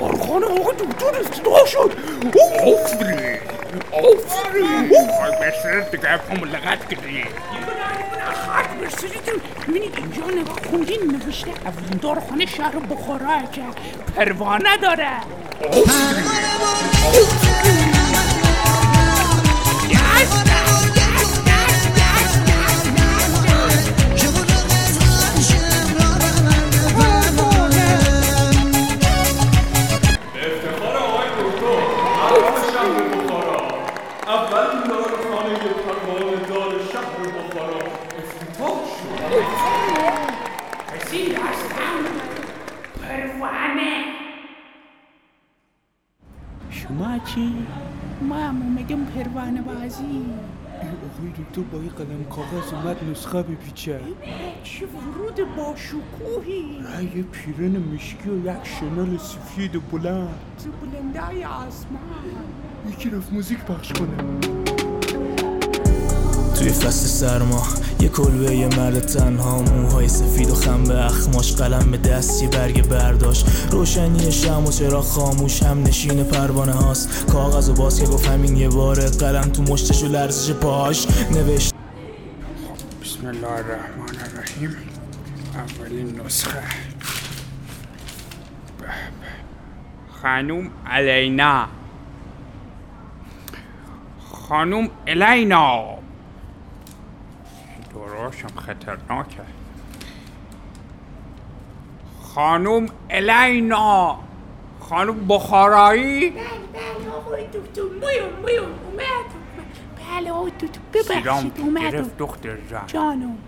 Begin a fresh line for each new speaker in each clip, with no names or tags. بارخانه آقا دکتر افتضاح شد اوه،
آفرین
آفرین
آی بسرت دیگه ملغت کردی
خط برسید ببینید اینجا نگاه کنید نوشته اولین دارخانه شهر بخارا که پروانه داره
Je vous le réserve, je m'en
افتخار آقای دکتر عرض شهر بخارا اولین داروخانه پروانه دار شهر بخارا افتتاح شد
کسی هستم پروانه
شما چی؟
ما میگم پروانه بازی
آقای دکتر با یه قلم کاغذ اومد نسخه بپیچه
چه ورود با شکوهی
یه پیرن مشکی و یک شنال سفید بلند
ز بلندای آسمان
یکی رفت موزیک پخش کنه
توی فصل سرما یه کلبه یه مرد تنها موهای سفید و خم به اخماش قلم به دست یه برگ برداشت روشنی شم و چراغ خاموش هم نشین پروانه هاست کاغذ و باز که گفت همین یه باره قلم تو مشتش و لرزش پاهاش نوشت
بسم الله الرحمن الرحیم اولین نسخه به به. خانوم علینا
خانم الینا دراشم خطرناکه خانم الینا خانم بخارایی
بله بله آقای دکتر مویم مویم اومد بله آقای دکتر
سیرام
ببخشید اومدم
گرفت دختر جان
جانم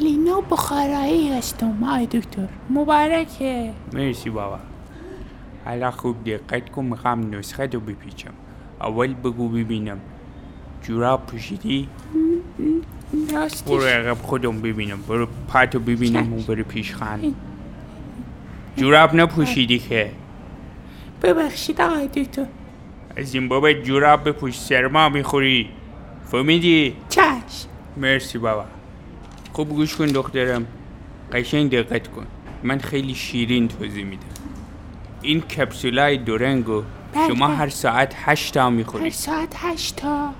الینا بخارایی هستم آقای دکتر مبارکه
مرسی بابا حالا خوب دقت کن میخوام نسخه رو بپیچم اول بگو ببینم جوراب پوشیدی؟ برو
راستش
عقب خودم ببینم برو پاتو ببینم و برو پیش خان جوراب نپوشیدی که
ببخشید آقای دکتر
از این بابا جوراب بپوش سرما میخوری فهمیدی؟
چشم
مرسی بابا خوب گوش کن دخترم قشنگ دقت کن من خیلی شیرین توضیح میدم این کپسولای دورنگو
بله،
شما
بله.
هر ساعت هشت تا
هر
میخوری
ساعت هشت تا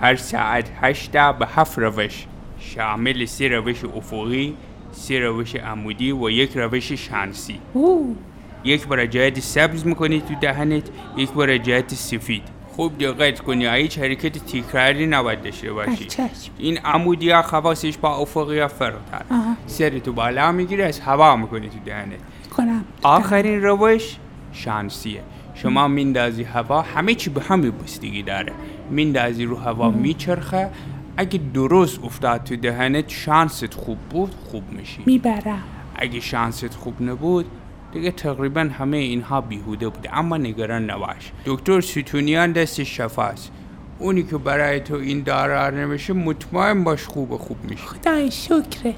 هر ساعت هشت تا به هفت روش شامل سه روش افقی سه روش عمودی و یک روش شانسی
او
یک بار جهت سبز میکنی تو دهنت یک بار جهت سفید خوب دقت کنی هیچ حرکت تکراری نباید داشته باشی
بله، چشم
این عمودی ها خواستش با افقی ها فراتر
آها.
سر تو بالا میگیری از هوا میکنی تو دهنت
کنم
آخرین روش شانسیه شما میندازی هوا همه چی به هم بستگی داره میندازی رو هوا میچرخه اگه درست افتاد تو دهنت شانست خوب بود خوب میشی
میبرم
اگه شانست خوب نبود دیگه تقریبا همه اینها بیهوده بوده اما نگران نباش دکتر ستونیان دست شفاست اونی که برای تو این دارا نمیشه مطمئن باش خوب خوب میشه
خدای شکرت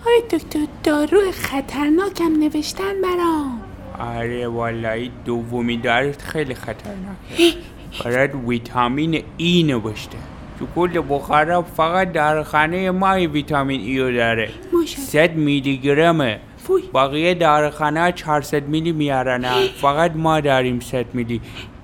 آقای دکتر دارو خطرناکم نوشتن برام
آره والایی دومی دارت خیلی خطرناکه برات ویتامین ای نوشته تو کل بخارا فقط در خانه ما این ویتامین ای رو داره
ماشاءالله.
100 میلی گرمه
فوی.
بقیه در خانه 400 میلی میارن فقط ما داریم 100 میلی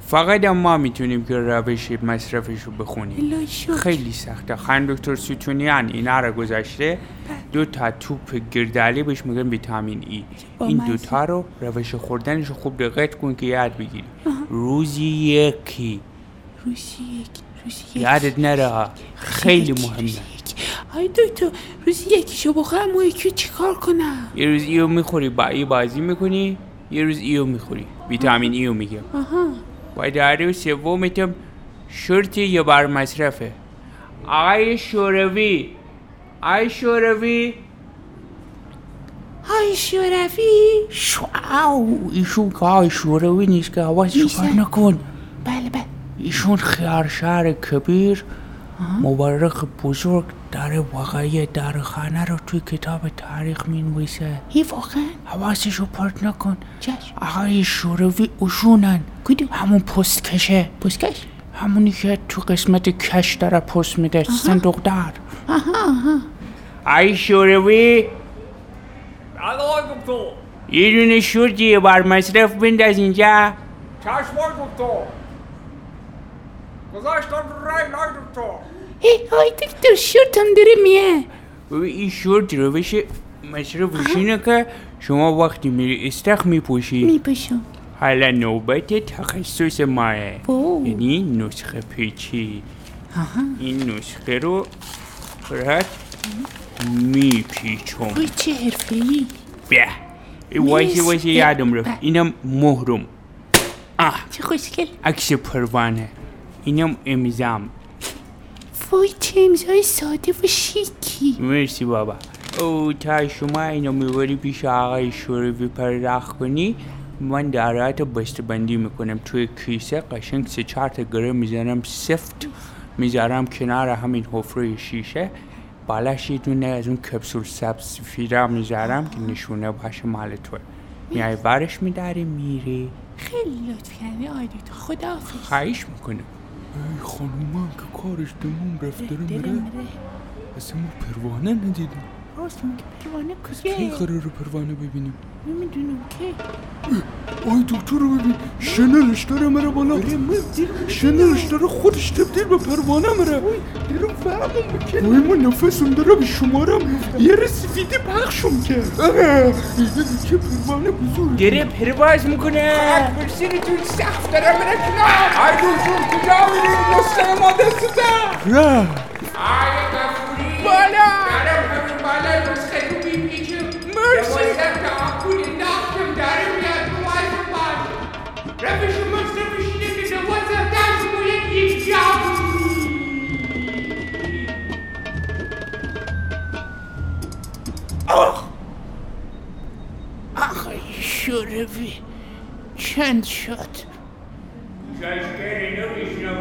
فقط هم ما میتونیم که روش مصرفش رو بخونیم
الهی شکر
خیلی سخته خان دکتر ستونیان اینا رو گذاشته
بله.
دو تا توپ گردالی بهش میگن ویتامین ای
با
این
مزه.
دوتا رو روش خوردنش رو خوب دقت کن که یاد بگیری روزی یکی
روزی یک روزی یک
یادت نره ها. خیلی مهمه
آی دکتر روزی یکیشو بخورم و یکی چیکار کنم
یه روز ایو میخوری با ای بازی میکنی یه روز ایو میخوری ویتامین ایو میگم
آها
و در روز سومتم شرط یه بار مصرفه آقای شوروی آقای شوروی
های شرفی
شعاو ایشون که آقای شوروی نیست که حواسش
نیستن.
کار نکن
بله بله
ایشون خیار شهر کبیر مورخ بزرگ داره واقعی درخانه رو توی کتاب تاریخ می نویسه
هی واقعا
حواسش رو پرت نکن
چشم
آقای شوروی اشونن همون پست کشه
پوسکش
همونی که تو قسمت کش داره پست میده صندوق دار آقای شوروی
بله آقای دکتر
یه دونه شورجی بر مصرف بنداز اینجا
چشمای دکتر گذاشتم رو رای نای دکتر
ای های دکتر شورتم داره میه
و این شورت روش مصرف اینه که شما وقتی میری استخ میپوشی
میپوشم
حالا نوبت تخصص ماه
اوه.
یعنی نسخه پیچی این نسخه رو راحت میپیچم
وای چه حرفه ای
به وایسی
نیست.
وایسی
به.
یادم رفت
به.
اینم مهرم آه
چه خوشگل
عکس پروانه اینم امضام
وای چه امضای ساده و شیکی
مرسی بابا او تا شما اینو میبری پیش آقای شوروی پرداخت کنی من درایت بسته بندی میکنم توی کیسه قشنگ سه چهار تا گره میزنم سفت میذارم کنار همین حفره شیشه بالاش یه دونه از اون کپسول سبز سفیدا میذارم که نشونه باشه مال توه میای برش میداری میری
خیلی لطف کردی آی دکتر خداحافظ
خواهش میکنم
خانومم که کارش تموم رفته رو
دلم
میره
می‌ره.
اصلا ما پروانه ندیدیم
راست میگه پروانه
کی
کجه
قرار پروانه ببینیم
نمیدونم که
آی دکتر رو ببین شنلش داره میره بالا شنلش داره خودش تبدیل به پروانه میره دیرم فهمم بکنم آی من نفسم داره به شمارم یه رسیفیده پخشم کرد آه، چه پروانه بزرگ
دره پرواز میکنه
برسیدتون سخت داره میره کنار ای دکتر کجا میریم نسخه ما دسته
ره
ای قفوری بالا دارم همین بالا نسخه تو میپیچم مرسی دوازده تا آمپول انداختم داره میاد تو آسم باز روش مصرفش اینه که دوازده تا از مولد یک جا
آقای شوروی چند شد
Judge Kennedy knew he should